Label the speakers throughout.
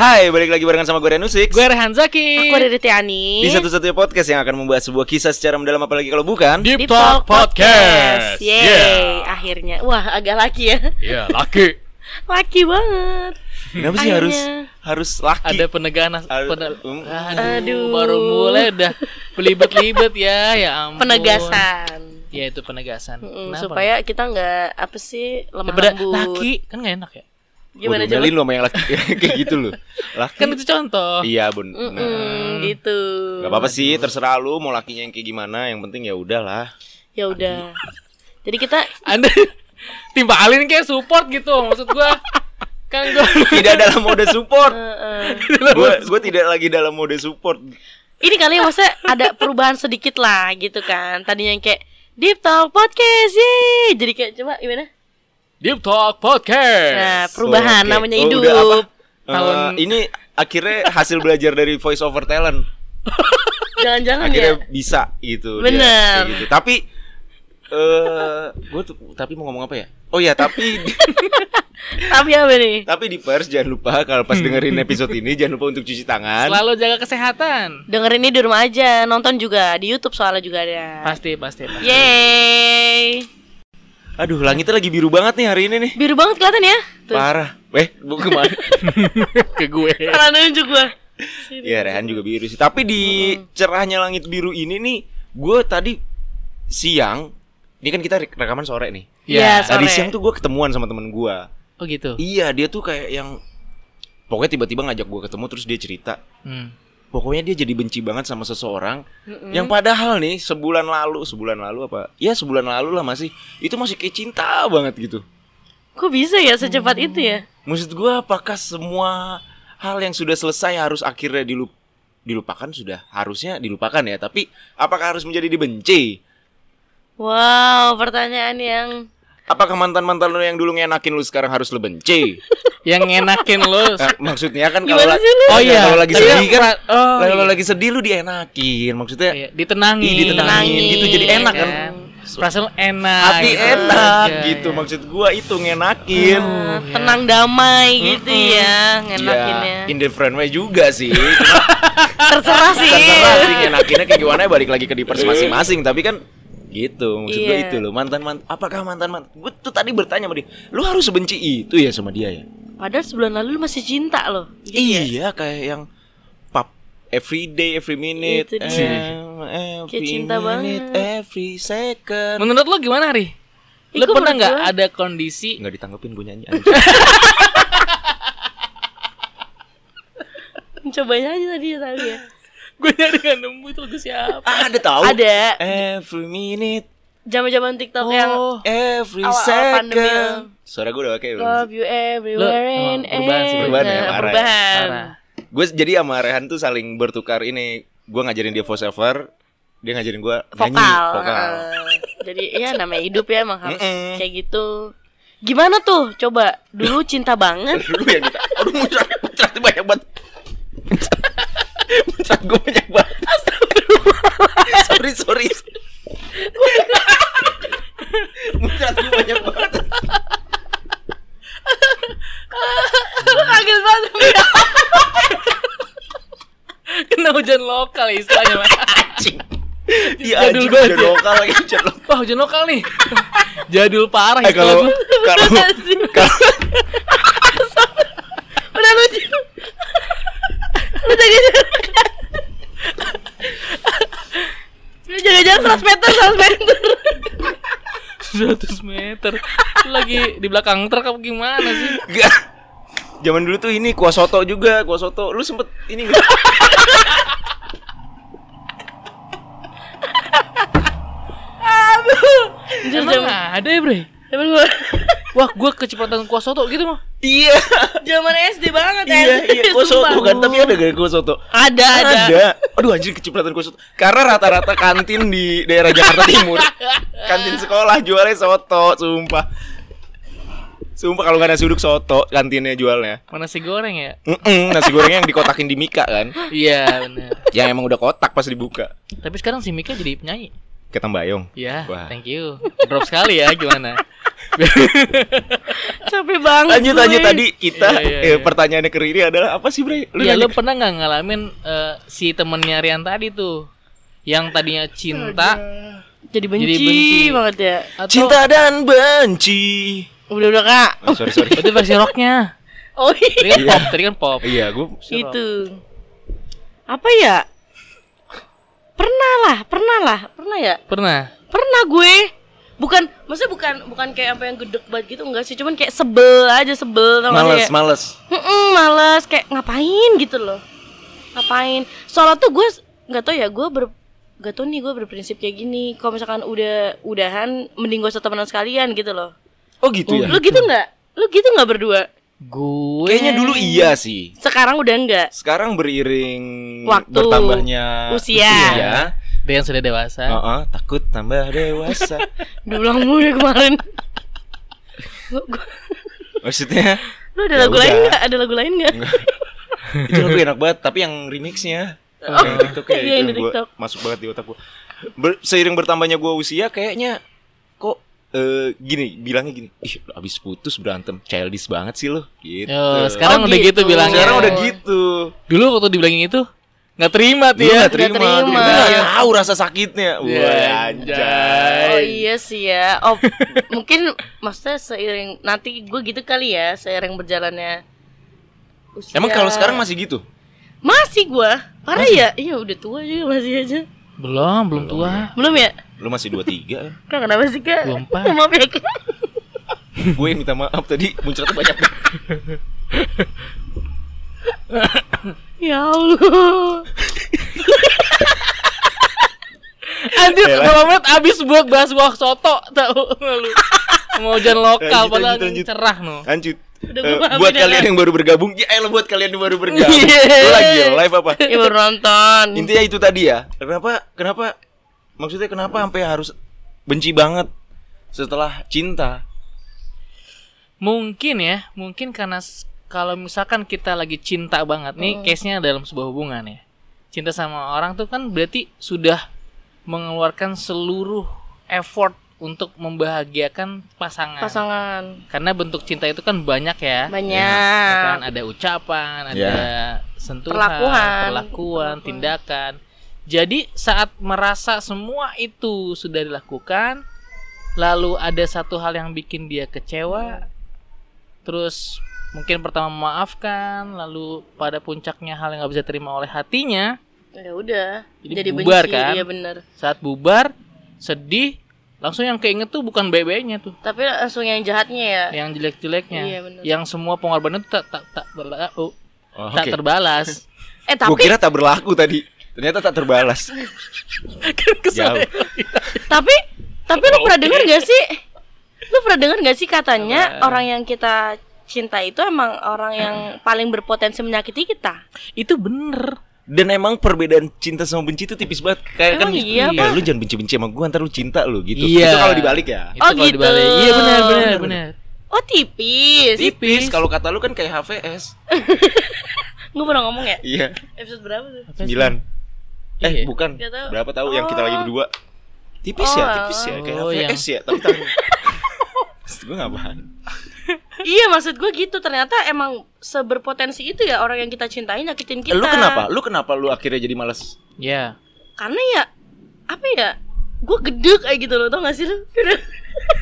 Speaker 1: Hai, balik lagi barengan sama gue Renu Six
Speaker 2: Gue Rehan Zaki
Speaker 3: Aku dari Tiani
Speaker 1: Di satu-satunya podcast yang akan membahas sebuah kisah secara mendalam Apalagi kalau bukan
Speaker 2: Deep Talk Podcast
Speaker 3: Yeay
Speaker 2: Yeah.
Speaker 3: Akhirnya Wah agak laki ya
Speaker 2: Iya, laki
Speaker 3: Laki banget
Speaker 1: Kenapa sih
Speaker 3: Akhirnya.
Speaker 1: harus harus laki?
Speaker 2: Ada penegaan
Speaker 1: Aduh,
Speaker 2: pene-
Speaker 1: um.
Speaker 2: Aduh,
Speaker 3: Aduh.
Speaker 2: Baru mulai udah Belibet-libet ya Ya ampun
Speaker 3: Penegasan
Speaker 2: Ya itu penegasan
Speaker 3: Mm,
Speaker 2: Kenapa?
Speaker 3: supaya kita nggak apa sih lemah
Speaker 2: Daripada
Speaker 3: lembut
Speaker 2: laki Kan gak enak ya
Speaker 3: gimana
Speaker 1: Waduh,
Speaker 3: coba
Speaker 1: Melin lu sama yang laki Kayak gitu loh Laki
Speaker 2: Kan itu contoh
Speaker 1: Iya bun
Speaker 3: Mm-mm,
Speaker 1: Nah,
Speaker 3: Mm, gitu
Speaker 1: Gak apa-apa sih, terserah lu mau lakinya yang kayak gimana Yang penting ya udahlah
Speaker 3: ya udah jadi kita
Speaker 2: Anda Timbalin kayak support gitu Maksud gua Kan gua
Speaker 1: Tidak dalam mode support
Speaker 3: Eh, eh.
Speaker 1: Gue gue tidak lagi dalam mode support Eh,
Speaker 3: ini kali ya maksudnya ada perubahan sedikit lah gitu kan tadinya yang kayak deep talk podcast yeay jadi kayak coba gimana
Speaker 2: Deep Talk Podcast
Speaker 3: nah perubahan
Speaker 1: Oke.
Speaker 3: namanya
Speaker 1: Oh,
Speaker 3: hidup
Speaker 1: udah apa? Eh,
Speaker 2: Tahun-
Speaker 1: ini akhirnya hasil belajar dari voice over talent
Speaker 3: jangan-jangan
Speaker 1: akhirnya
Speaker 3: ya
Speaker 1: bisa gitu dia,
Speaker 3: Bener.
Speaker 1: kayak gitu. tapi eh gue tuh tapi mau ngomong apa ya oh ya tapi
Speaker 3: tapi apa nih
Speaker 1: tapi di pers jangan lupa kalau pas dengerin episode ini jangan lupa untuk cuci tangan
Speaker 2: Selalu jaga kesehatan
Speaker 3: Dengerin ini di rumah aja, nonton juga di YouTube soalnya juga ada.
Speaker 2: Pasti, pasti, pasti.
Speaker 3: Yeay.
Speaker 1: aduh langitnya lagi biru banget nih hari ini nih
Speaker 3: Biru banget kelihatan ya? Tuh.
Speaker 1: parah eh bu kemana
Speaker 2: Ke gue
Speaker 3: Salah nunjuk gua.
Speaker 1: ya Rehan juga biru sih tapi di cerahnya langit biru ini nih gue tadi siang ini kan kita rek- rekaman sore nih
Speaker 3: Iya,
Speaker 1: tadi
Speaker 3: Sore.
Speaker 1: siang tuh gue ketemuan sama temen gue
Speaker 2: Ya, Oh gitu
Speaker 1: Iya dia tuh kayak yang Pokoknya tiba-tiba ngajak gue ketemu terus dia cerita
Speaker 2: Hmm.
Speaker 1: Pokoknya dia jadi benci banget sama seseorang Yang padahal nih sebulan lalu Sebulan lalu apa? Ya sebulan lalu lah masih Itu masih kayak cinta banget gitu
Speaker 3: Kok bisa ya secepat itu ya?
Speaker 1: Maksud gue apakah semua hal yang sudah selesai harus akhirnya dilup- dilupakan sudah harusnya dilupakan ya tapi apakah harus menjadi dibenci
Speaker 3: Wow, pertanyaan yang
Speaker 1: apakah mantan mantan lo yang dulu ngenakin lu sekarang harus lo benci
Speaker 2: Yang ngenakin lo
Speaker 1: Eh, maksudnya kan kalau
Speaker 3: Gimana
Speaker 1: la-
Speaker 3: sih lu?
Speaker 2: Oh iya.
Speaker 1: kalau lagi
Speaker 2: Iya,
Speaker 1: sedih kan
Speaker 2: pra- oh,
Speaker 1: kalau
Speaker 2: iya.
Speaker 1: lagi sedih lu dienakin maksudnya
Speaker 2: Iya, ditenangin, iya
Speaker 1: Ih, ditenangin gitu jadi enak kan.
Speaker 2: Perasaan lo enak.
Speaker 1: Hati
Speaker 2: gitu.
Speaker 1: enak
Speaker 2: Iya,
Speaker 1: gitu
Speaker 2: iya.
Speaker 1: maksud gua itu ngenakin.
Speaker 3: eh, tenang damai gitu ya, ngenakinnya.
Speaker 1: Ya, in different way juga sih. Cuma
Speaker 3: Terserah sih.
Speaker 1: Terserah sih ngenakinnya kayak gimana ya, balik lagi ke dipers masing-masing tapi kan gitu maksud gua
Speaker 3: Iya.
Speaker 1: itu loh mantan mantan apakah mantan mantan gue tuh tadi bertanya sama dia lu harus benci itu ya sama dia ya
Speaker 3: Padahal sebulan lalu lu masih cinta loh.
Speaker 1: iya kayak yang pap every day every minute
Speaker 3: Itu dia.
Speaker 1: em, every
Speaker 3: Kayak cinta
Speaker 1: minute,
Speaker 3: banget.
Speaker 1: every second
Speaker 2: Menurut lo gimana Ri? Lo
Speaker 3: Ih, kok
Speaker 2: pernah
Speaker 3: menurut
Speaker 2: nggak
Speaker 3: gua?
Speaker 2: ada kondisi
Speaker 1: nggak ditanggepin gue nyanyi anjing.
Speaker 3: Cobanya aja tadi ya tadi ya.
Speaker 2: Gue nyari nggak nemu itu lagu siapa
Speaker 1: ada tau
Speaker 3: Ada.
Speaker 1: every minute
Speaker 3: Zaman-zaman TikTok
Speaker 2: Oh.
Speaker 3: yang
Speaker 1: Oh. Every
Speaker 3: Awal-awal
Speaker 1: second
Speaker 3: pandemi yang-
Speaker 1: Suara gue udah kayak
Speaker 3: Love you everywhere
Speaker 2: Lu-
Speaker 3: and
Speaker 2: oh, perubahan sih,
Speaker 3: every-
Speaker 1: perubahan ya,
Speaker 3: Nah,
Speaker 1: parah ya.
Speaker 3: perubahan.
Speaker 2: Parah.
Speaker 1: Gue jadi sama Rehan tuh saling bertukar ini Gue ngajarin dia voice over Dia ngajarin gue nyanyi
Speaker 3: vokal.
Speaker 1: Vokal
Speaker 3: Heeh. jadi ya namanya hidup ya emang harus
Speaker 1: Mm-mm.
Speaker 3: kayak gitu. Gimana tuh? Coba dulu cinta banget.
Speaker 1: Lu yang kita Aduh muncrat Muncrat banyak banget Muncrat gue banyak banget Sorry sorry Muncrat gue banyak banget
Speaker 3: Lu kaget banget.
Speaker 2: Kena hujan lokal istilahnya Mas.
Speaker 1: Anjing Iya anjing
Speaker 2: Jadul banget
Speaker 1: Hujan
Speaker 2: ya.
Speaker 1: lokal lagi hujan lokal
Speaker 2: Wah hujan lokal nih Jadul parah
Speaker 1: Eh kalau
Speaker 2: istilah
Speaker 1: Kalau
Speaker 2: gua.
Speaker 1: Kalau
Speaker 3: Udah lucu. gitu. Lu jaga jarak. Lu jaga jarak 100 meter,
Speaker 2: 100
Speaker 3: 100 meter.
Speaker 2: meter Lu Lagi di belakang truk apa gimana sih
Speaker 1: Gak. Zaman dulu tuh ini kuah soto juga, kuah soto. Lu sempet ini gak?
Speaker 3: Jujur
Speaker 2: Emang
Speaker 3: zaman
Speaker 2: ada ya bre
Speaker 3: zaman gua
Speaker 2: Wah gue kecepatan kuah soto gitu mah
Speaker 1: iya.
Speaker 3: zaman SD banget ya.
Speaker 1: Iya, iya, kuah soto kan, tapi ada gak kuah soto?
Speaker 3: Ada, ada.
Speaker 1: Aduh anjir kecipratan kuah soto. Karena rata-rata kantin di daerah Jakarta Timur, kantin sekolah jualnya soto, sumpah. Sumpah kalau gak nasi uduk soto kantinnya jualnya.
Speaker 2: Mana nasi goreng ya
Speaker 1: Mm-mm, nasi gorengnya yang dikotakin di mika kan.
Speaker 2: Iya bener
Speaker 1: Yang emang udah kotak pas dibuka.
Speaker 2: Tapi sekarang si Mika jadi penyanyi
Speaker 1: Ketambayong.
Speaker 2: Ya
Speaker 1: Wah.
Speaker 2: thank you Drop sekali ya gimana
Speaker 3: Capek banget.
Speaker 1: lanjut
Speaker 3: gue.
Speaker 1: lanjut tadi kita
Speaker 2: Iya, iya,
Speaker 1: eh,
Speaker 2: iya.
Speaker 1: pertanyaannya ke Riri adalah apa sih Bre? Lu
Speaker 2: ya
Speaker 1: nanya
Speaker 2: lu pernah nggak ngalamin eh, si temennya Rian tadi tuh yang tadinya cinta
Speaker 3: Jadi benci,
Speaker 2: Jadi benci.
Speaker 3: banget ya.
Speaker 2: atau
Speaker 1: cinta dan benci.
Speaker 3: Udah udah kak.
Speaker 1: Oh, sorry sorry.
Speaker 2: itu versi rocknya
Speaker 3: Oh
Speaker 2: tadi
Speaker 3: iya.
Speaker 2: kan pop tadi kan pop
Speaker 1: iya, gue
Speaker 3: itu. Apa ya? Pernah lah, pernah lah, pernah ya?
Speaker 2: pernah
Speaker 3: Pernah gue. Bukan, maksudnya bukan bukan kayak apa yang gedek banget gitu enggak sih, cuman kayak sebel aja sebel tau gak sih?
Speaker 1: males
Speaker 3: Kayak,
Speaker 1: males.
Speaker 3: "Mm-mm, males kayak ngapain gitu loh. Ngapain? Soalnya tuh gue s- nggak tau ya, gue ber nggak tau nih gue berprinsip kayak gini. Kalau misalkan udah udahan, mending gue temenan sekalian gitu loh.
Speaker 1: Oh gitu ya.
Speaker 3: Lu gitu nggak? Lu gitu nggak berdua?
Speaker 2: gue
Speaker 1: Kayaknya dulu iya sih.
Speaker 3: Sekarang udah enggak?
Speaker 1: Sekarang beriring
Speaker 3: Waktu,
Speaker 1: bertambahnya
Speaker 3: usia.
Speaker 1: usia,
Speaker 2: Rian sudah dewasa
Speaker 1: Heeh, takut tambah dewasa.
Speaker 3: Diulang mulu dari kemarin. Gua- gua-
Speaker 1: Maksudnya
Speaker 3: Lu ada
Speaker 1: Ya
Speaker 3: lagu lain
Speaker 1: udah.
Speaker 3: nggak? Ada lagu lain nggak?
Speaker 1: itu lagu enak banget, tapi yang remixnya yang TikTok ya,
Speaker 3: iya,
Speaker 1: itu
Speaker 3: yang di
Speaker 1: yang gua-
Speaker 3: TikTok.
Speaker 1: masuk banget di otak gua. Ber- seiring bertambahnya gua usia kayaknya kok eh, gini bilangnya gini, ih lu abis putus berantem, childish banget sih lo. Gitu.
Speaker 2: Yo, sekarang
Speaker 3: Oh,
Speaker 2: udah gitu,
Speaker 3: gitu.
Speaker 2: bilangnya
Speaker 1: Sekarang udah gitu.
Speaker 2: dulu waktu dibilangin itu nggak terima Iya. tuh
Speaker 1: Dia
Speaker 2: ya
Speaker 1: nggak terima,
Speaker 3: Iya, terima. Iya,
Speaker 1: terima. Dia nggak tahu rasa sakitnya.
Speaker 2: Ya,
Speaker 1: Wah, anjay.
Speaker 3: Oh iya sih ya. Oh mungkin maksudnya seiring nanti gue gitu kali ya seiring berjalannya. Usia.
Speaker 1: Emang kalau sekarang masih gitu?
Speaker 3: masih gue parah ya? Iya udah tua juga masih aja.
Speaker 2: belum belum tua
Speaker 3: Belum ya?
Speaker 1: Lu masih 23 ya?
Speaker 3: Kak kenapa sih kak?
Speaker 2: Gua empat.
Speaker 3: Maaf ya kak.
Speaker 1: Gue yang minta maaf tadi muncratnya banyak banget.
Speaker 3: Ya Allah.
Speaker 2: Anjir,
Speaker 1: Elah.
Speaker 2: dua menit abis buat bahas buah soto tau lu. Mau hujan lokal
Speaker 1: Lanjut,
Speaker 2: padahal
Speaker 1: lanjut, lanjut.
Speaker 2: cerah no.
Speaker 1: Lanjut.
Speaker 3: Udah
Speaker 1: Eh,
Speaker 3: gua paham Iya.
Speaker 1: buat
Speaker 3: dah,
Speaker 1: kalian
Speaker 3: Kak.
Speaker 1: yang baru bergabung, ya elah, buat kalian yang baru bergabung.
Speaker 2: Yeay.
Speaker 1: Lu lagi live apa?
Speaker 3: Ya baru nonton.
Speaker 1: Intinya itu tadi ya. Kenapa kenapa maksudnya kenapa sampai harus benci banget setelah cinta?
Speaker 2: Mungkin ya, mungkin karena s- kalau misalkan kita lagi cinta banget nih, case-nya dalam sebuah hubungan ya. Cinta sama orang tuh kan berarti sudah mengeluarkan seluruh effort untuk membahagiakan pasangan.
Speaker 3: Pasangan
Speaker 2: Karena bentuk cinta itu kan banyak ya. Ya kan
Speaker 3: banyak.
Speaker 2: ada ucapan, ada
Speaker 1: Ya.
Speaker 2: sentuhan,
Speaker 3: Ah. Perlakuan.
Speaker 2: perlakuan, tindakan. Jadi saat merasa semua itu sudah dilakukan, lalu ada satu hal yang bikin dia kecewa, terus mungkin pertama memaafkan, lalu pada puncaknya hal yang nggak bisa terima oleh hatinya,
Speaker 3: Ya udah.
Speaker 2: Jadi
Speaker 3: Jadi
Speaker 2: bubar,
Speaker 3: benci
Speaker 2: kan?
Speaker 3: Iya bener.
Speaker 2: saat bubar, sedih, langsung yang keinget tuh bukan baik-baiknya tuh,
Speaker 3: Tapi langsung yang jahatnya ya.
Speaker 2: yang jelek-jeleknya,
Speaker 3: Iya, benar.
Speaker 2: yang semua pengorbanan tuh tak tak tak berla- oh,
Speaker 1: Oh,
Speaker 2: tak terbalas.
Speaker 3: Eh
Speaker 1: Gue
Speaker 3: tapi
Speaker 1: kira tak berlaku tadi. Ternyata tak terbalas.
Speaker 3: Kan ya.
Speaker 1: Jauh.
Speaker 3: tapi tapi lu pernah dengar gak sih lu pernah dengar gak sih katanya
Speaker 2: Apa?
Speaker 3: orang yang kita cinta itu emang orang yang paling berpotensi menyakiti kita
Speaker 2: Itu bener.
Speaker 1: Dan emang perbedaan cinta sama benci itu tipis banget. Kayak
Speaker 3: Emang
Speaker 1: kan
Speaker 3: iya,
Speaker 1: "Eh, lu jangan benci-benci sama gua, ntar lu cinta lu gitu.
Speaker 2: Iya.
Speaker 1: Itu kalau dibalik ya.
Speaker 2: Itu
Speaker 3: Oh,
Speaker 2: kalau
Speaker 3: gitu.
Speaker 2: dibalik. Iya benar benar benar.
Speaker 3: oh tipis
Speaker 1: Tipis kalau kata lu kan kayak HVS.
Speaker 3: gue pernah ngomong ya
Speaker 1: Iya.
Speaker 3: episode berapa tuh
Speaker 1: Sembilan. Eh
Speaker 2: Iya.
Speaker 1: bukan.
Speaker 3: Nggak tahu.
Speaker 1: Berapa tahu yang kita lagi berdua? Tipis ya,
Speaker 3: Oh.
Speaker 1: tipis ya, kayak
Speaker 2: Oh,
Speaker 1: HVS ya, tapi tahu. Maksud gue nggak paham.
Speaker 3: iya maksud gue gitu ternyata emang seberpotensi itu ya orang yang kita cintai nyakitin kita
Speaker 1: Lu kenapa? Lu kenapa lu akhirnya jadi malas?
Speaker 2: Ya.
Speaker 3: karena ya apa ya gue gedek kayak gitu loh tau gak sih lu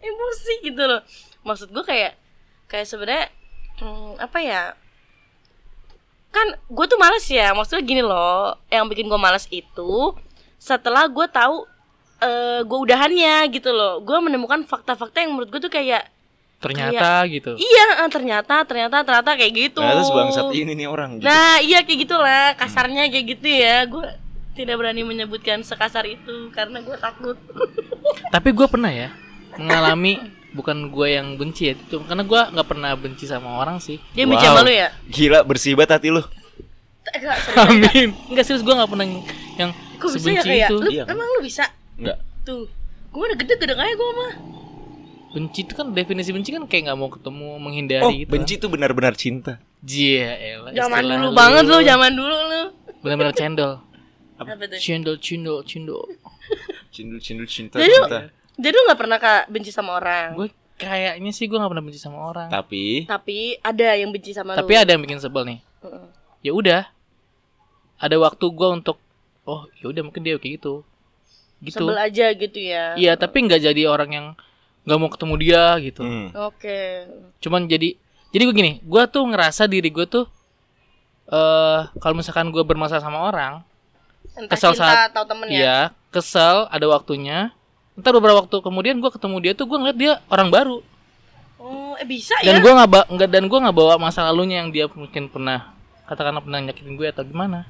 Speaker 3: emosi gitu loh maksud gue kayak kayak sebenarnya hmm, apa ya kan gue tuh males ya maksudnya gini loh yang bikin gue males itu setelah gue tahu eh gue udahannya gitu loh gue menemukan fakta-fakta yang menurut gue tuh kayak
Speaker 2: Ternyata gitu.
Speaker 3: iya eh, ternyata ternyata ternyata kayak gitu
Speaker 1: Ternyata sebangsat ini nih orang gitu.
Speaker 3: Nah iya kayak gitulah kasarnya kayak gitu ya gue tidak berani menyebutkan sekasar itu karena gue takut
Speaker 2: Tapi gue pernah ya mengalami bukan gue yang benci ya, itu karena gue nggak pernah benci sama orang sih.
Speaker 3: dia benci sama lu ya
Speaker 1: Gila bersih banget hati lu.
Speaker 3: enggak serius
Speaker 2: Amin. Enggak serius gue nggak pernah yang
Speaker 3: Kok bisa ya
Speaker 2: sebenci
Speaker 3: kayak
Speaker 2: itu.
Speaker 3: lu
Speaker 1: Iya, kan?
Speaker 3: emang lu bisa
Speaker 1: Enggak.
Speaker 3: tuh gue udah gede-gede aja gue mah
Speaker 2: Benci itu kan definisi benci kan kayak nggak mau ketemu, menghindari
Speaker 1: Oh,
Speaker 2: gitu.
Speaker 1: benci itu benar-benar cinta.
Speaker 2: Jia, elah.
Speaker 3: zaman
Speaker 2: istilah
Speaker 3: dulu banget lu zaman dulu lu
Speaker 2: Bener-bener cendol.
Speaker 3: apa tuh
Speaker 2: Cendol, cendol, cendol.
Speaker 1: Cindul cindul cinta
Speaker 3: Jadi lu-
Speaker 1: cinta.
Speaker 3: jadi lu nggak pernah kak benci sama orang
Speaker 2: Gue Kayaknya sih gue gak pernah benci sama orang.
Speaker 1: Tapi
Speaker 3: Tapi ada yang benci sama
Speaker 2: Tapi
Speaker 3: lu.
Speaker 2: ada yang bikin sebel nih.
Speaker 3: Mm-mm.
Speaker 2: Ya udah. Ada waktu gue untuk oh, ya udah mungkin dia kayak gitu. Gitu.
Speaker 3: Sebel aja gitu ya.
Speaker 2: Iya, tapi nggak jadi orang yang nggak mau ketemu dia gitu.
Speaker 1: hmm,
Speaker 3: Oke.
Speaker 2: Cuman jadi jadi gue gini, gue tuh ngerasa diri gue tuh eh kalau misalkan gue bermasalah sama orang,
Speaker 3: Entah
Speaker 2: Kesel
Speaker 3: cinta
Speaker 2: saat-
Speaker 3: atau temen ya.
Speaker 2: Iya, kesel, ada waktunya. Ntar beberapa waktu kemudian gue ketemu dia tuh gue ngeliat dia orang baru
Speaker 3: Oh, eh bisa
Speaker 2: dan
Speaker 3: ya.
Speaker 2: gue nggak ba- nggak- dan gue nggak bawa masa lalunya yang dia mungkin pernah katakanlah pernah nyakitin gue atau gimana.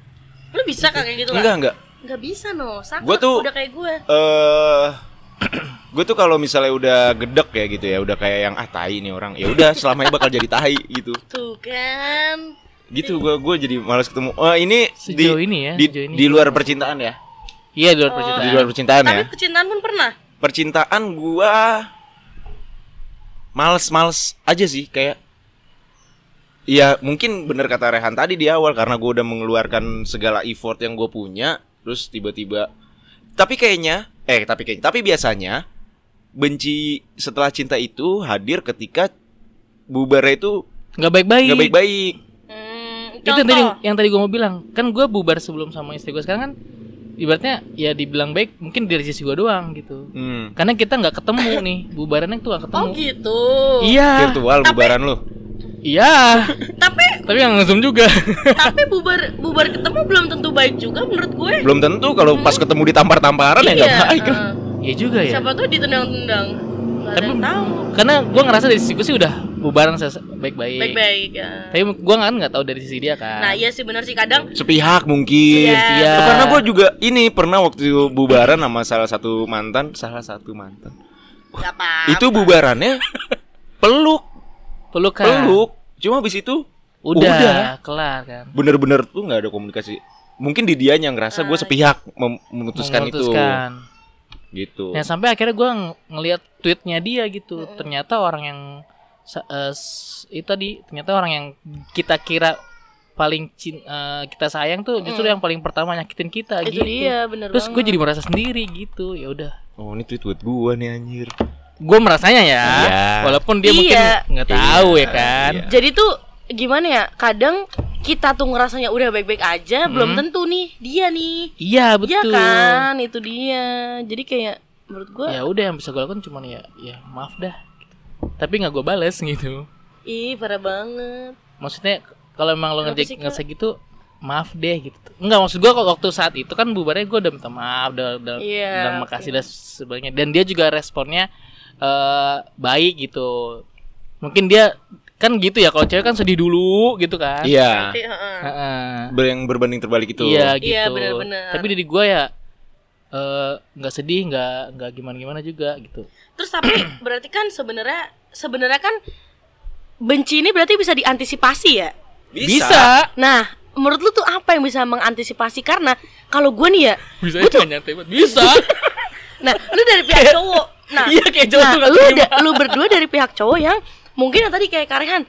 Speaker 3: Lu bisa kagak gitu
Speaker 1: enggak
Speaker 3: lah.
Speaker 1: enggak.
Speaker 3: Enggak bisa no. Sakit
Speaker 1: Gua tuh-
Speaker 3: udah kayak gue.
Speaker 1: Eh gue tuh kalau misalnya udah gedek ya gitu ya, udah kayak yang ah tai nih orang. Ya udah selamanya bakal jadi tai gitu.
Speaker 3: Tuh kan.
Speaker 1: Gitu gue gue jadi malas ketemu. Oh, ini di,
Speaker 2: Sejauh ini ya,
Speaker 1: di,
Speaker 2: sejauh ini.
Speaker 1: di luar percintaan ya.
Speaker 2: Iya di luar
Speaker 3: Oh.
Speaker 2: percintaan.
Speaker 1: Di luar
Speaker 2: Kan
Speaker 1: percintaan ya.
Speaker 3: Tapi kecintaan pun pernah.
Speaker 1: Percintaan gua males-males aja sih kayak Ya mungkin bener kata Rehan tadi di awal karena gue udah mengeluarkan segala effort yang gue punya Terus tiba-tiba Tapi kayaknya Eh tapi kayaknya Tapi biasanya Benci setelah cinta itu hadir ketika Bubarnya itu
Speaker 2: Nggak baik-baik.
Speaker 1: nggak baik-baik
Speaker 3: Hmm,
Speaker 2: Itu yang tadi
Speaker 3: contoh.
Speaker 2: yang tadi gue mau bilang kan gue bubar sebelum sama istri gue sekarang kan ibaratnya ya dibilang baik mungkin dari sisi gue doang gitu.
Speaker 1: hmm.
Speaker 2: Karena kita nggak ketemu nih bubarannya tuh nggak ketemu.
Speaker 3: Oh gitu.
Speaker 2: Iya,
Speaker 1: Virtual
Speaker 3: Tapi-
Speaker 1: bubaran lu
Speaker 2: iya.
Speaker 3: Tapi
Speaker 2: Tapi yang zoom juga.
Speaker 3: tapi bubar bubar ketemu belum tentu baik juga menurut gue.
Speaker 1: Belum tentu kalau pas ketemu ditampar-tamparan ya nggak baik lah.
Speaker 3: eh.
Speaker 2: Iya juga ya.
Speaker 3: Siapa tuh ditendang-tendang. Nggak ada
Speaker 2: Tapi- Iya.
Speaker 3: yang tahu.
Speaker 2: Karena gue ngerasa dari sisi gue sih udah bubaran ses- baik-baik.
Speaker 3: Baik-baik ya.
Speaker 2: Tapi gue kan nggak tahu dari sisi dia kan.
Speaker 3: Nah, iya sih benar sih kadang
Speaker 1: Sepihak mungkin
Speaker 3: Iya.
Speaker 2: Iya.
Speaker 1: Ya, Karena gue juga ini pernah waktu itu bubaran sama salah satu mantan, salah satu mantan.
Speaker 3: nggak apa.
Speaker 1: Itu bubarannya peluk,
Speaker 2: pelukan.
Speaker 1: peluk. Cuma abis itu
Speaker 2: Oh, Udah,
Speaker 1: Udah.
Speaker 2: kelar kan.
Speaker 1: bener-bener tuh nggak ada komunikasi. Mungkin di dia yang ngerasa gue sepihak mem- memutuskan,
Speaker 2: Memutuskan.
Speaker 1: itu, gitu.
Speaker 2: Nah, sampai akhirnya gue ngelihat tweetnya dia gitu. Ternyata orang yang sa- eh, s- itu tadi ternyata orang yang kita kira paling cin- eh, kita sayang tuh justru yang paling pertama nyakitin kita
Speaker 3: Mm. Itu
Speaker 2: gitu.
Speaker 3: dia bener
Speaker 2: Terus gue
Speaker 3: banget.
Speaker 2: jadi merasa sendiri gitu. Ya udah.
Speaker 1: Oh ini tweet buat gue nih anjir.
Speaker 2: Gue merasanya ya.
Speaker 1: Iya.
Speaker 2: Walaupun dia
Speaker 3: Iya.
Speaker 2: mungkin nggak tahu ya kan.
Speaker 1: Iya.
Speaker 3: Jadi tuh gimana ya? Kadang kita tuh ngerasanya udah baik-baik aja, belum tentu nih dia nih.
Speaker 2: Iya,
Speaker 3: Iya
Speaker 2: Hmm. betul.
Speaker 3: kan, itu dia. Jadi kayak menurut gua,
Speaker 2: ya udah yang bisa gue lakukan cuman ya ya maaf dah tapi nggak gue bales gitu
Speaker 3: ih parah banget.
Speaker 2: maksudnya kalau emang lo
Speaker 3: Kenapa
Speaker 2: ngerjain
Speaker 3: sih, Kak?
Speaker 2: ngerasa gitu maaf deh gitu enggak maksud gue kalau waktu saat itu kan bubarnya gue udah minta maaf udah udah
Speaker 3: Iya,
Speaker 2: bilang makasih dan sebagainya dan dia juga responnya eh baik gitu mungkin dia kan gitu ya kalau cewek kan sedih dulu gitu kan
Speaker 1: Iya.
Speaker 3: Nanti, heeh.
Speaker 2: Heeh.
Speaker 1: Ber- yang berbanding terbalik itu.
Speaker 2: Iya gitu.
Speaker 3: Iya, benar-benar.
Speaker 2: Tapi dari gue ya eh, nggak sedih, nggak nggak gimana-gimana juga gitu.
Speaker 3: Terus tapi berarti kan sebenarnya sebenarnya kan benci ini berarti bisa diantisipasi ya. Nah, menurut lu tuh apa yang bisa mengantisipasi karena kalau gua nih ya,
Speaker 2: Bisa itu nyantai banget. Bisa.
Speaker 3: nah lu dari pihak cowok. Nah,
Speaker 2: Iya, kayak cowok
Speaker 3: nah,
Speaker 2: tuh nggak
Speaker 3: lu
Speaker 2: terima.
Speaker 3: da- lu berdua dari pihak cowok yang mungkin yang tadi kayak Karehan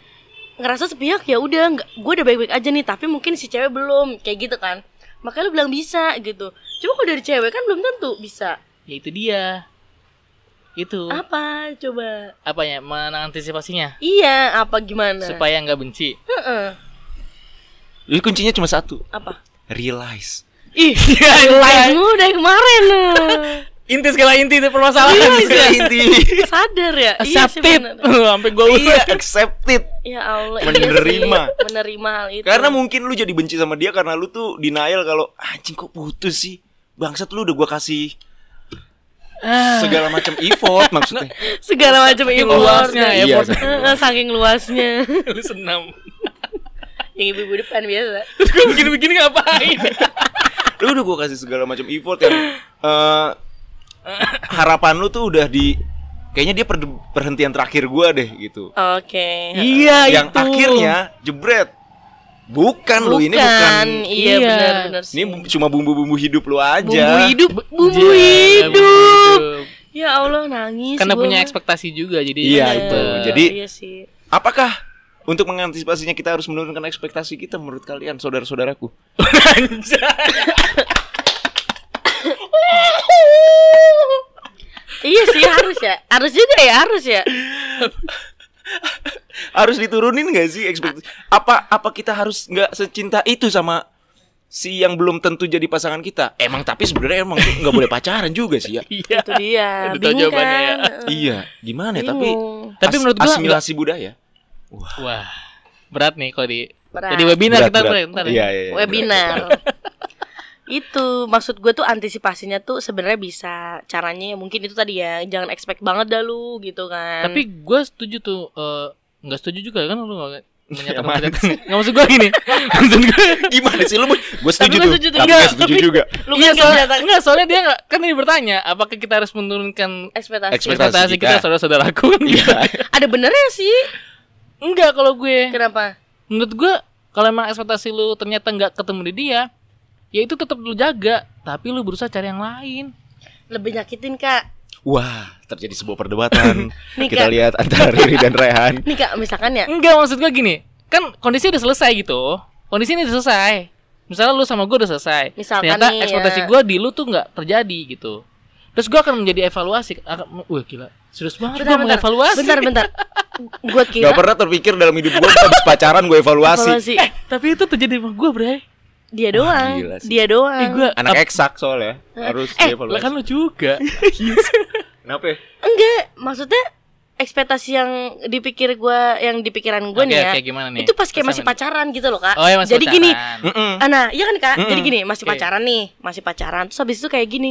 Speaker 3: ngerasa sepihak ya udah nggak gue udah baik-baik aja nih tapi mungkin si cewek belum kayak gitu kan makanya lu bilang bisa gitu coba kalau dari cewek kan belum tentu bisa
Speaker 2: ya itu dia
Speaker 3: Ah,
Speaker 2: itu
Speaker 3: apa coba
Speaker 2: apanya ya, mengantisipasinya
Speaker 3: iya apa gimana
Speaker 2: supaya nggak benci
Speaker 3: Heeh.
Speaker 1: Jadi kuncinya cuma satu,
Speaker 3: apa
Speaker 1: realize.
Speaker 3: ih
Speaker 2: Iya,
Speaker 3: lain lu dari kemarin
Speaker 2: inti segala inti itu
Speaker 1: Realize
Speaker 3: Iya,
Speaker 2: permasalahan
Speaker 1: inti.
Speaker 3: eh. sadar ya sih
Speaker 2: accepted
Speaker 3: bener.
Speaker 2: sampai gue
Speaker 1: Iya, accepted.
Speaker 3: ya Allah iya
Speaker 1: Menerima.
Speaker 3: sih, menerima hal itu
Speaker 1: Karena mungkin lu jadi benci sama dia karena lu tuh denial kalau anjing kok putus sih. Bangsat lu udah gua kasih segala macam effort maksudnya.
Speaker 3: segala macam
Speaker 2: Saking
Speaker 3: impor
Speaker 2: luasnya,
Speaker 3: dan-
Speaker 1: ya, Iya, Pon.
Speaker 3: Heeh, saking luasnya
Speaker 2: lu senam
Speaker 3: yang ibu-ibu depan biasa
Speaker 2: terus gue begini begini ngapain
Speaker 1: Lu udah gua kasih segala macam effort yang eh, harapan lu tuh udah di kayaknya dia per- perhentian terakhir gua deh gitu.
Speaker 3: oke
Speaker 2: iya
Speaker 1: yang
Speaker 2: itu
Speaker 1: akhirnya jebret. Bukan, lu ini bukan.
Speaker 3: iya
Speaker 2: Iya.
Speaker 3: benar-benar
Speaker 1: Ini
Speaker 3: sih
Speaker 1: bu- cuma bumbu-bumbu hidup lu aja.
Speaker 3: bumbu hidup bumbu
Speaker 2: Jangan
Speaker 3: hidup
Speaker 2: Iya,
Speaker 3: Iya,
Speaker 2: hidup.
Speaker 3: ya Allah nangis
Speaker 2: karena
Speaker 3: gua
Speaker 2: punya
Speaker 3: mah.
Speaker 2: ekspektasi juga jadi eh,
Speaker 1: Iya,
Speaker 3: Bener.
Speaker 1: itu. Jadi-
Speaker 3: iya sih
Speaker 1: Apakah untuk mengantisipasinya kita harus menurunkan ekspektasi kita menurut kalian saudara-saudaraku?
Speaker 3: iya sih harus ya harus juga ya harus ya
Speaker 1: harus diturunin gak sih ekspektasi? Apa apa kita harus nggak secinta itu sama si yang belum tentu jadi pasangan kita? Emang tapi sebenarnya emang tuh nggak boleh pacaran juga sih ya.
Speaker 2: Iya.
Speaker 3: itu dia
Speaker 2: Itu
Speaker 3: bingung kan
Speaker 2: jawabannya ya.
Speaker 1: Iya, gimana ya? Tapi
Speaker 3: Bingung.
Speaker 2: Tapi
Speaker 1: as-
Speaker 2: menurut gua
Speaker 1: asimilasi budaya.
Speaker 2: Wah, berat nih kalau di
Speaker 3: Berat.
Speaker 2: jadi webinar
Speaker 1: Berat,
Speaker 2: kita
Speaker 1: berat.
Speaker 2: berat, ntar ya.
Speaker 1: Iya, iya, iya, berat,
Speaker 3: webinar itu maksud gue tuh antisipasinya tuh sebenarnya bisa caranya ya mungkin itu tadi ya jangan expect banget dah lu gitu kan
Speaker 2: Tapi gue setuju tuh eh, nggak setuju juga kan lu nggak menyatakan
Speaker 1: Apaan
Speaker 2: pendapat. nggak maksud gue gini maksud gue
Speaker 1: berat. Gimana sih lu? Gue setuju
Speaker 3: gua
Speaker 1: tuh.
Speaker 3: setuju
Speaker 1: Tapi
Speaker 3: juga.
Speaker 1: gak setuju
Speaker 3: Tapi-
Speaker 1: juga.
Speaker 3: lu
Speaker 2: iya,
Speaker 3: kan nggak
Speaker 2: soalnya,
Speaker 3: menyatakan
Speaker 2: nggak soalnya dia nggak kan dia bertanya apakah kita harus menurunkan
Speaker 3: ekspektasi
Speaker 1: Ekspektasi
Speaker 2: ekspektasi
Speaker 1: kita.
Speaker 2: kita saudara-saudaraku kan gitu.
Speaker 1: Iya.
Speaker 3: ada benernya sih
Speaker 2: Enggak kalau gue
Speaker 3: kenapa
Speaker 2: menurut gue kalau emang ekspektasi lu ternyata nggak ketemu di dia ya itu tetap lu jaga tapi lu berusaha cari yang lain
Speaker 3: lebih nyakitin kak
Speaker 1: Wah, terjadi sebuah perdebatan.
Speaker 3: Nih,
Speaker 1: Kita
Speaker 3: Kak.
Speaker 1: lihat antara Riri dan Rehan.
Speaker 3: nih kak misalkan ya
Speaker 2: enggak maksud gue gini kan kondisi udah selesai gitu kondisi ini udah selesai misalnya lu sama gue udah selesai
Speaker 3: Misalkan
Speaker 2: ternyata
Speaker 3: nih,
Speaker 2: ekspektasi
Speaker 3: ya.
Speaker 2: gue di lu tuh nggak terjadi gitu terus gue akan menjadi evaluasi akan wah gila serius banget gue
Speaker 3: bentar
Speaker 2: mengevaluasi
Speaker 3: bentar bentar gue
Speaker 1: Gak
Speaker 3: kira
Speaker 1: pernah terpikir dalam hidup gue habis pacaran gue evaluasi.
Speaker 3: Iya. evaluasi
Speaker 2: eh tapi itu terjadi sama gue bre
Speaker 3: dia doang
Speaker 1: gila sih.
Speaker 3: dia doang
Speaker 2: eh, gue
Speaker 1: Anak eksak soalnya harus
Speaker 3: Eh,
Speaker 1: dievaluasi.
Speaker 2: kan lu juga
Speaker 1: Kenapa? ya?
Speaker 3: enggak maksudnya ekspektasi yang dipikir gue yang di pikiran gue
Speaker 2: Oke,
Speaker 3: nih ya
Speaker 2: oke, gimana nih?
Speaker 3: itu pas kayak masih
Speaker 2: Sama nih.
Speaker 3: pacaran gitu loh kak
Speaker 2: oh ya masih
Speaker 3: jadi gini
Speaker 2: pacaran.
Speaker 1: Mm-mm.
Speaker 3: Ah, Nah, iya kan Kak? Jadi
Speaker 1: Mm-mm.
Speaker 3: gini, masih
Speaker 2: Oke.
Speaker 3: pacaran nih, masih pacaran. Terus habis itu kayak gini.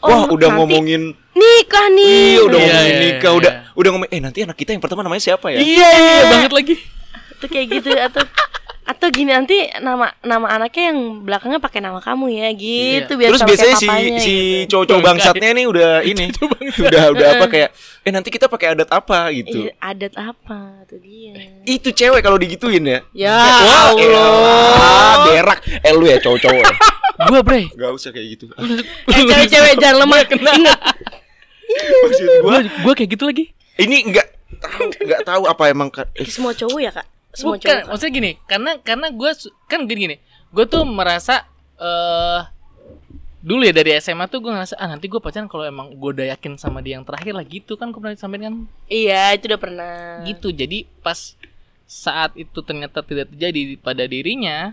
Speaker 1: Wah,
Speaker 3: lu
Speaker 1: udah
Speaker 3: Oh, nanti
Speaker 1: ngomongin
Speaker 3: nikah nih.
Speaker 1: Iya, udah
Speaker 2: Iya,
Speaker 1: ngomongin
Speaker 2: iya,
Speaker 1: nikah,
Speaker 2: iya.
Speaker 1: udah udah ngomongin eh nanti anak kita yang pertama namanya siapa ya?
Speaker 2: iya iya banget lagi
Speaker 3: Tuh kayak gitu atau atau gini nanti nama nama anaknya yang belakangnya pakai nama kamu ya gitu
Speaker 1: Iya.
Speaker 3: biar
Speaker 1: Terus
Speaker 3: sama kayak
Speaker 1: biasanya si
Speaker 3: papanya,
Speaker 1: si
Speaker 3: gitu.
Speaker 1: cowok-cowok
Speaker 2: Bangkai.
Speaker 1: bangsatnya nih udah ini. udah udah apa kayak eh nanti kita pakai adat apa gitu.
Speaker 3: Ih, adat apa tuh dia.
Speaker 1: Itu cewek kalau digituin ya.
Speaker 3: Ya,
Speaker 1: Wah,
Speaker 3: Allah.
Speaker 1: elah, berak. Eh lu ya cowok-cowok. ya.
Speaker 2: gue bre
Speaker 1: Gak usah kayak gitu.
Speaker 3: Eh,
Speaker 1: Iya,
Speaker 3: cewek-cewek jangan lemah. Ingat,
Speaker 1: Maksud gua
Speaker 2: gue kayak gitu lagi
Speaker 1: ini enggak tahu enggak tahu apa emang Kak. Eh,
Speaker 3: semua cowok ya, Kak? Semua
Speaker 2: Bukan,
Speaker 3: cowok. Kak?
Speaker 2: maksudnya gini, karena karena gue kan gini gini, gue tuh merasa eh dulu ya dari SMA tuh gue ngerasa ah nanti gue pacaran kalau emang gue udah yakin sama dia yang terakhir lah gitu kan gue pernah disampaikan kan
Speaker 3: Iya, itu udah pernah.
Speaker 2: gitu. Jadi pas saat itu ternyata tidak terjadi pada dirinya,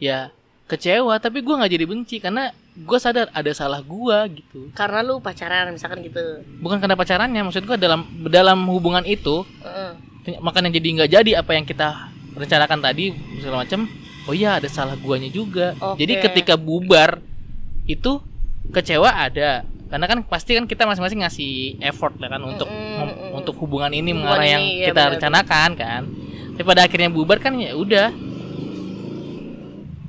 Speaker 2: ya kecewa tapi gue nggak jadi benci karena gue sadar ada salah gue gitu
Speaker 3: Karena lu pacaran misalkan gitu.
Speaker 2: bukan karena pacarannya maksud gue dalam dalam hubungan itu
Speaker 3: Heeh.
Speaker 2: makanya jadi nggak jadi apa yang kita rencanakan tadi segala macam oh iya ada salah guanya juga
Speaker 3: Oke.
Speaker 2: jadi ketika bubar itu kecewa ada karena kan pasti kan kita masing-masing ngasih effort ya kan untuk
Speaker 3: Mm-mm,
Speaker 2: mem-
Speaker 3: mm-mm.
Speaker 2: untuk hubungan ini
Speaker 3: Hmm, Hubungan
Speaker 2: mengarah yang
Speaker 3: ini, ya
Speaker 2: kita
Speaker 3: benar.
Speaker 2: rencanakan kan tapi pada akhirnya bubar kan ya udah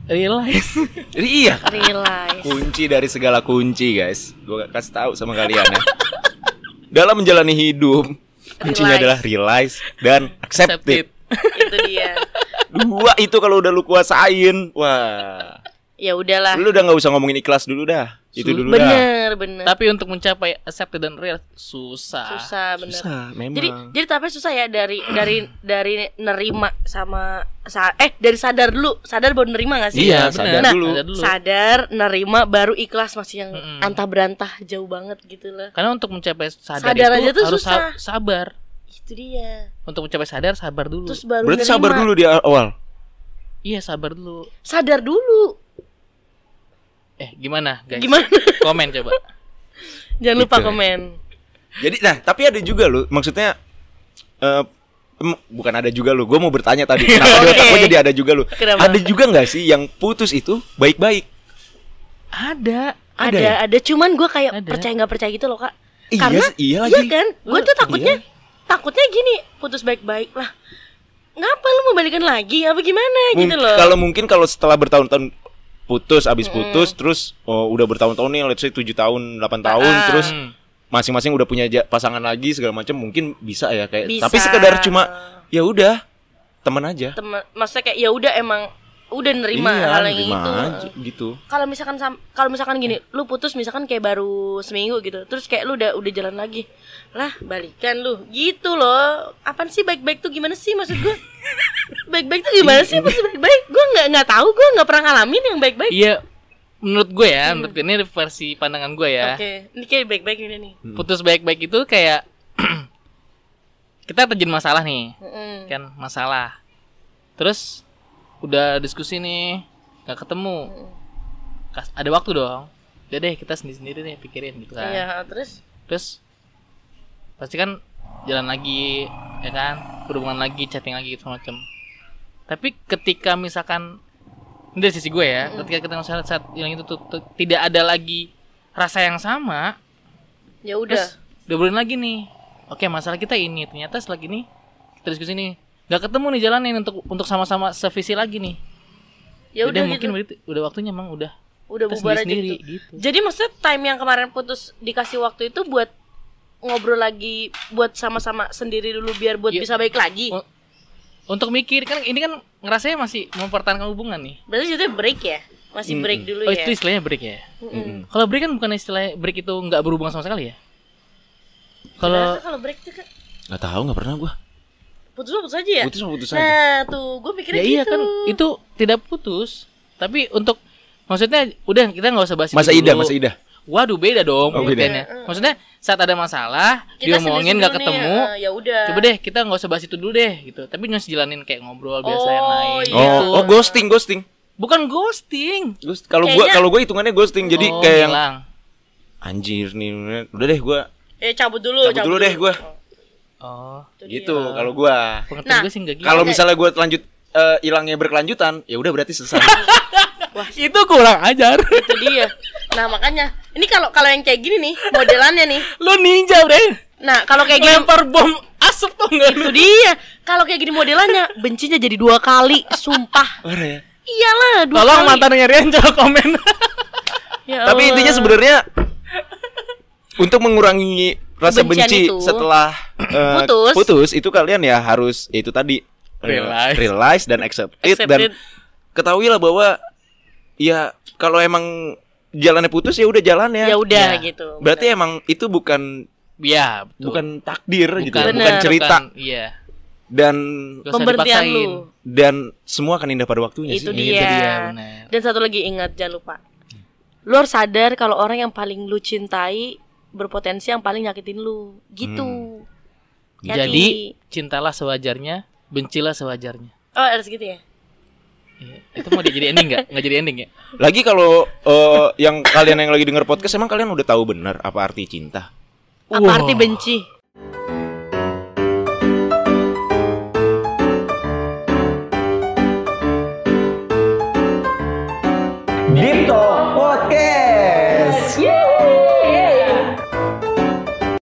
Speaker 2: realize
Speaker 1: Jadi iya
Speaker 3: Realize.
Speaker 1: kunci dari segala kunci guys gue kasih tahu sama kalian ya dalam menjalani hidup kuncinya
Speaker 3: Realize.
Speaker 1: adalah realize dan
Speaker 2: accept
Speaker 1: accepted
Speaker 2: it.
Speaker 3: itu dia.
Speaker 1: dua itu kalau udah lu kuasain wah
Speaker 3: Ya udahlah.
Speaker 1: lu udah nggak usah ngomongin ikhlas dulu dah itu
Speaker 2: Sul-
Speaker 1: dulu dah
Speaker 3: Bener, bener.
Speaker 2: tapi untuk mencapai accepted dan real susah,
Speaker 3: susah bener
Speaker 1: susah memang
Speaker 3: jadi jadi tapi susah ya dari dari dari nerima sama sa- eh dari sadar dulu sadar baru nerima gak sih
Speaker 1: Iya,
Speaker 2: bener.
Speaker 1: sadar
Speaker 3: Nah,
Speaker 1: dulu.
Speaker 2: sadar dulu.
Speaker 3: sadar nerima baru ikhlas masih yang
Speaker 2: Mm-mm.
Speaker 3: antah berantah jauh banget gitu loh
Speaker 2: karena untuk mencapai sadar,
Speaker 3: Sadar
Speaker 2: itu
Speaker 3: aja tuh
Speaker 2: harus sa-
Speaker 3: susah.
Speaker 2: sabar
Speaker 3: itu dia
Speaker 2: untuk mencapai sadar sabar dulu
Speaker 3: terus baru
Speaker 1: berarti
Speaker 3: nerima.
Speaker 1: sabar dulu di awal
Speaker 2: iya sabar dulu
Speaker 3: sadar dulu
Speaker 2: eh gimana guys
Speaker 3: gimana
Speaker 2: komen coba
Speaker 3: jangan lupa
Speaker 1: Gitu ya.
Speaker 3: komen
Speaker 1: jadi nah tapi ada juga lu maksudnya eh, em- bukan ada juga lu gue mau bertanya tadi kenapa di otak gua
Speaker 3: Oke.
Speaker 1: jadi ada juga lu
Speaker 3: Kenapa?
Speaker 1: ada juga nggak sih yang putus itu baik-baik
Speaker 2: ada
Speaker 1: Ada
Speaker 3: ada
Speaker 1: ya?
Speaker 3: ada, cuman gue kayak
Speaker 2: Ada.
Speaker 3: percaya nggak percaya gitu loh kak
Speaker 1: Iya
Speaker 3: karena
Speaker 1: sih, iya lagi. iya.
Speaker 3: kan gue tuh takutnya takutnya gini putus baik-baik lah ngapa lu mau balikan lagi apa gimana
Speaker 1: Mung-
Speaker 3: gitu loh
Speaker 1: Kalau mungkin kalau setelah bertahun-tahun putus abis putus terus oh, udah bertahun-tahun nih let's say 7 tahun 8 tahun
Speaker 3: Ah.
Speaker 1: terus
Speaker 2: Hmm.
Speaker 1: masing-masing udah punya ja- pasangan lagi segala macam mungkin bisa ya kayak
Speaker 3: Bisa.
Speaker 1: tapi sekedar cuma ya udah teman aja
Speaker 3: temen maksudnya kayak ya udah emang udah nerima
Speaker 1: Iya,
Speaker 3: hal yang
Speaker 1: nerima
Speaker 3: itu
Speaker 1: aja, gitu
Speaker 3: kalau misalkan sam- kalau misalkan gini lu putus misalkan kayak baru seminggu gitu terus kayak lu udah udah jalan lagi lah balikan lu gitu loh apaan sih baik-baik tuh gimana sih maksud gue baik-baik tuh gimana sih maksud baik-baik gue nggak nggak tahu gue nggak pernah ngalamin yang baik-baik
Speaker 2: iya menurut gue ya menurut gue ini versi pandangan gue ya
Speaker 3: oke ini kayak baik-baik ini nih
Speaker 2: putus baik-baik itu kayak kita terjun masalah nih
Speaker 3: Mm-mm.
Speaker 2: kan masalah terus udah diskusi nih nggak ketemu
Speaker 3: Mm-mm.
Speaker 2: Kas- ada waktu dong udah deh kita sendiri sendiri nih pikirin gitu kan
Speaker 3: Iya, terus
Speaker 2: terus pasti kan jalan lagi ya kan berhubungan lagi chatting lagi gitu macam tapi ketika misalkan ini dari sisi gue ya ketika kita misalnya saat yang itu tuh, tuh tidak ada lagi rasa yang sama
Speaker 3: ya udah.
Speaker 2: terus diobrolin lagi nih oke masalah kita ini ternyata setelah ini kita diskusi nih nggak ketemu nih jalanin untuk untuk sama-sama sevisi lagi nih
Speaker 3: Ya udah
Speaker 2: mungkin
Speaker 3: gitu.
Speaker 2: berarti udah waktunya emang udah
Speaker 3: Udah
Speaker 2: kita
Speaker 3: bubar aja
Speaker 2: sendiri-sendiri, gitu.
Speaker 3: gitu. Jadi maksudnya time yang kemarin putus dikasih waktu itu buat ngobrol lagi buat sama-sama sendiri dulu biar buat
Speaker 2: Iya.
Speaker 3: bisa baik lagi.
Speaker 2: Oh. untuk mikir kan ini kan ngerasanya masih mempertahankan hubungan nih
Speaker 3: Berarti itu break ya? Masih break dulu
Speaker 2: oh
Speaker 3: ya.
Speaker 2: itu istilahnya break ya
Speaker 3: Mm-mm.
Speaker 2: Kalau break kan bukan istilah break itu nggak berhubungan sama sekali ya?
Speaker 3: Padahal
Speaker 2: Kalau
Speaker 3: kan kalau break tuh kan
Speaker 1: Gak tahu nggak pernah gua.
Speaker 3: putus mah putus aja ya.
Speaker 1: Putus sama putus aja.
Speaker 3: Nah, tuh gue mikirnya
Speaker 2: ya
Speaker 3: gitu.
Speaker 2: iya kan itu tidak putus, tapi untuk maksudnya udah kita nggak usah bahas itu
Speaker 1: Masa
Speaker 2: dulu.
Speaker 1: Ida, Masa iya Ida.
Speaker 2: Waduh beda
Speaker 1: Oh,
Speaker 2: dong
Speaker 1: beda.
Speaker 2: pengertiannya. Maksudnya saat ada masalah
Speaker 3: Kita
Speaker 2: diomongin nggak
Speaker 3: sendiri-sendiri
Speaker 2: ketemu,
Speaker 3: nih, eh, ya udah.
Speaker 2: coba deh kita nggak usah bahas itu dulu deh gitu. Tapi harus jalanin kayak ngobrol biasa yang
Speaker 3: Oh,
Speaker 2: lain.
Speaker 3: iya.
Speaker 2: gitu.
Speaker 1: Oh, oh ghosting, ghosting.
Speaker 2: bukan ghosting.
Speaker 1: Ghost, kalau gua
Speaker 3: Kayaknya-
Speaker 1: kalau gua hitungannya ghosting. Jadi
Speaker 2: Oh,
Speaker 1: kayak yang
Speaker 2: hilang.
Speaker 1: anjir nih udah deh gua
Speaker 3: Eh cabut dulu,
Speaker 1: cabut dulu deh gua.
Speaker 2: Oh,
Speaker 3: Itu dia.
Speaker 1: Gitu kalau gua.
Speaker 2: pengertian
Speaker 3: Nah,
Speaker 2: gue sih nggak gitu.
Speaker 1: Kalau misalnya gua lanjut eh, hilangnya berkelanjutan, ya udah berarti selesai.
Speaker 2: itu kurang ajar.
Speaker 3: Itu dia. Nah, makanya ini kalau kalau yang kayak gini nih modelannya nih.
Speaker 2: Lu ninja, Bre.
Speaker 3: Nah, kalau kayak gini
Speaker 2: lempar bom asap tuh enggak lu?
Speaker 3: itu dia. Kalau kayak gini modelannya bencinya jadi dua kali, sumpah.
Speaker 1: Parah ya.
Speaker 3: Iyalah, dua
Speaker 2: Tolong
Speaker 3: kali.
Speaker 2: mantannya Rian coba komen.
Speaker 3: Ya
Speaker 1: Tapi
Speaker 3: Allah.
Speaker 1: intinya sebenarnya untuk mengurangi rasa
Speaker 3: Kebencian
Speaker 1: benci
Speaker 3: itu.
Speaker 1: setelah eh,
Speaker 3: Putus.
Speaker 1: itu kalian ya harus itu tadi eh,
Speaker 2: Realize.
Speaker 1: realize dan accept it
Speaker 3: Accept it.
Speaker 1: dan ketahuilah bahwa ya kalau emang jalannya putus ya udah jalannya.
Speaker 3: ya
Speaker 2: Ya.
Speaker 3: udah gitu.
Speaker 1: Berarti emang itu bukan
Speaker 2: Iya, betul.
Speaker 1: bukan takdir gitu, ya,
Speaker 3: Bukan.
Speaker 1: bukan
Speaker 3: Bener.
Speaker 1: cerita
Speaker 2: bukan- Iya.
Speaker 1: dan
Speaker 2: Gak usah
Speaker 3: pemberhentian lu.
Speaker 2: dipaksain. Iya,
Speaker 1: dan semua akan indah pada waktunya
Speaker 3: Itu
Speaker 1: sih.
Speaker 3: dia.
Speaker 2: Itu dia benar.
Speaker 3: Dan satu lagi ingat jangan lupa. Lu harus sadar kalau orang yang paling lu cintai berpotensi yang paling nyakitin lu. Gitu. Hati-hati.
Speaker 2: Hmm. Jadi cintalah sewajarnya, bencilah sewajarnya.
Speaker 3: Oh, harus gitu ya.
Speaker 2: Iya. Itu mau jadi ending enggak? Enggak jadi ending ya?
Speaker 1: Lagi kalau eh, yang kalian yang lagi denger podcast emang kalian udah tahu bener apa arti cinta?
Speaker 3: Apa
Speaker 2: Wah.
Speaker 3: arti benci?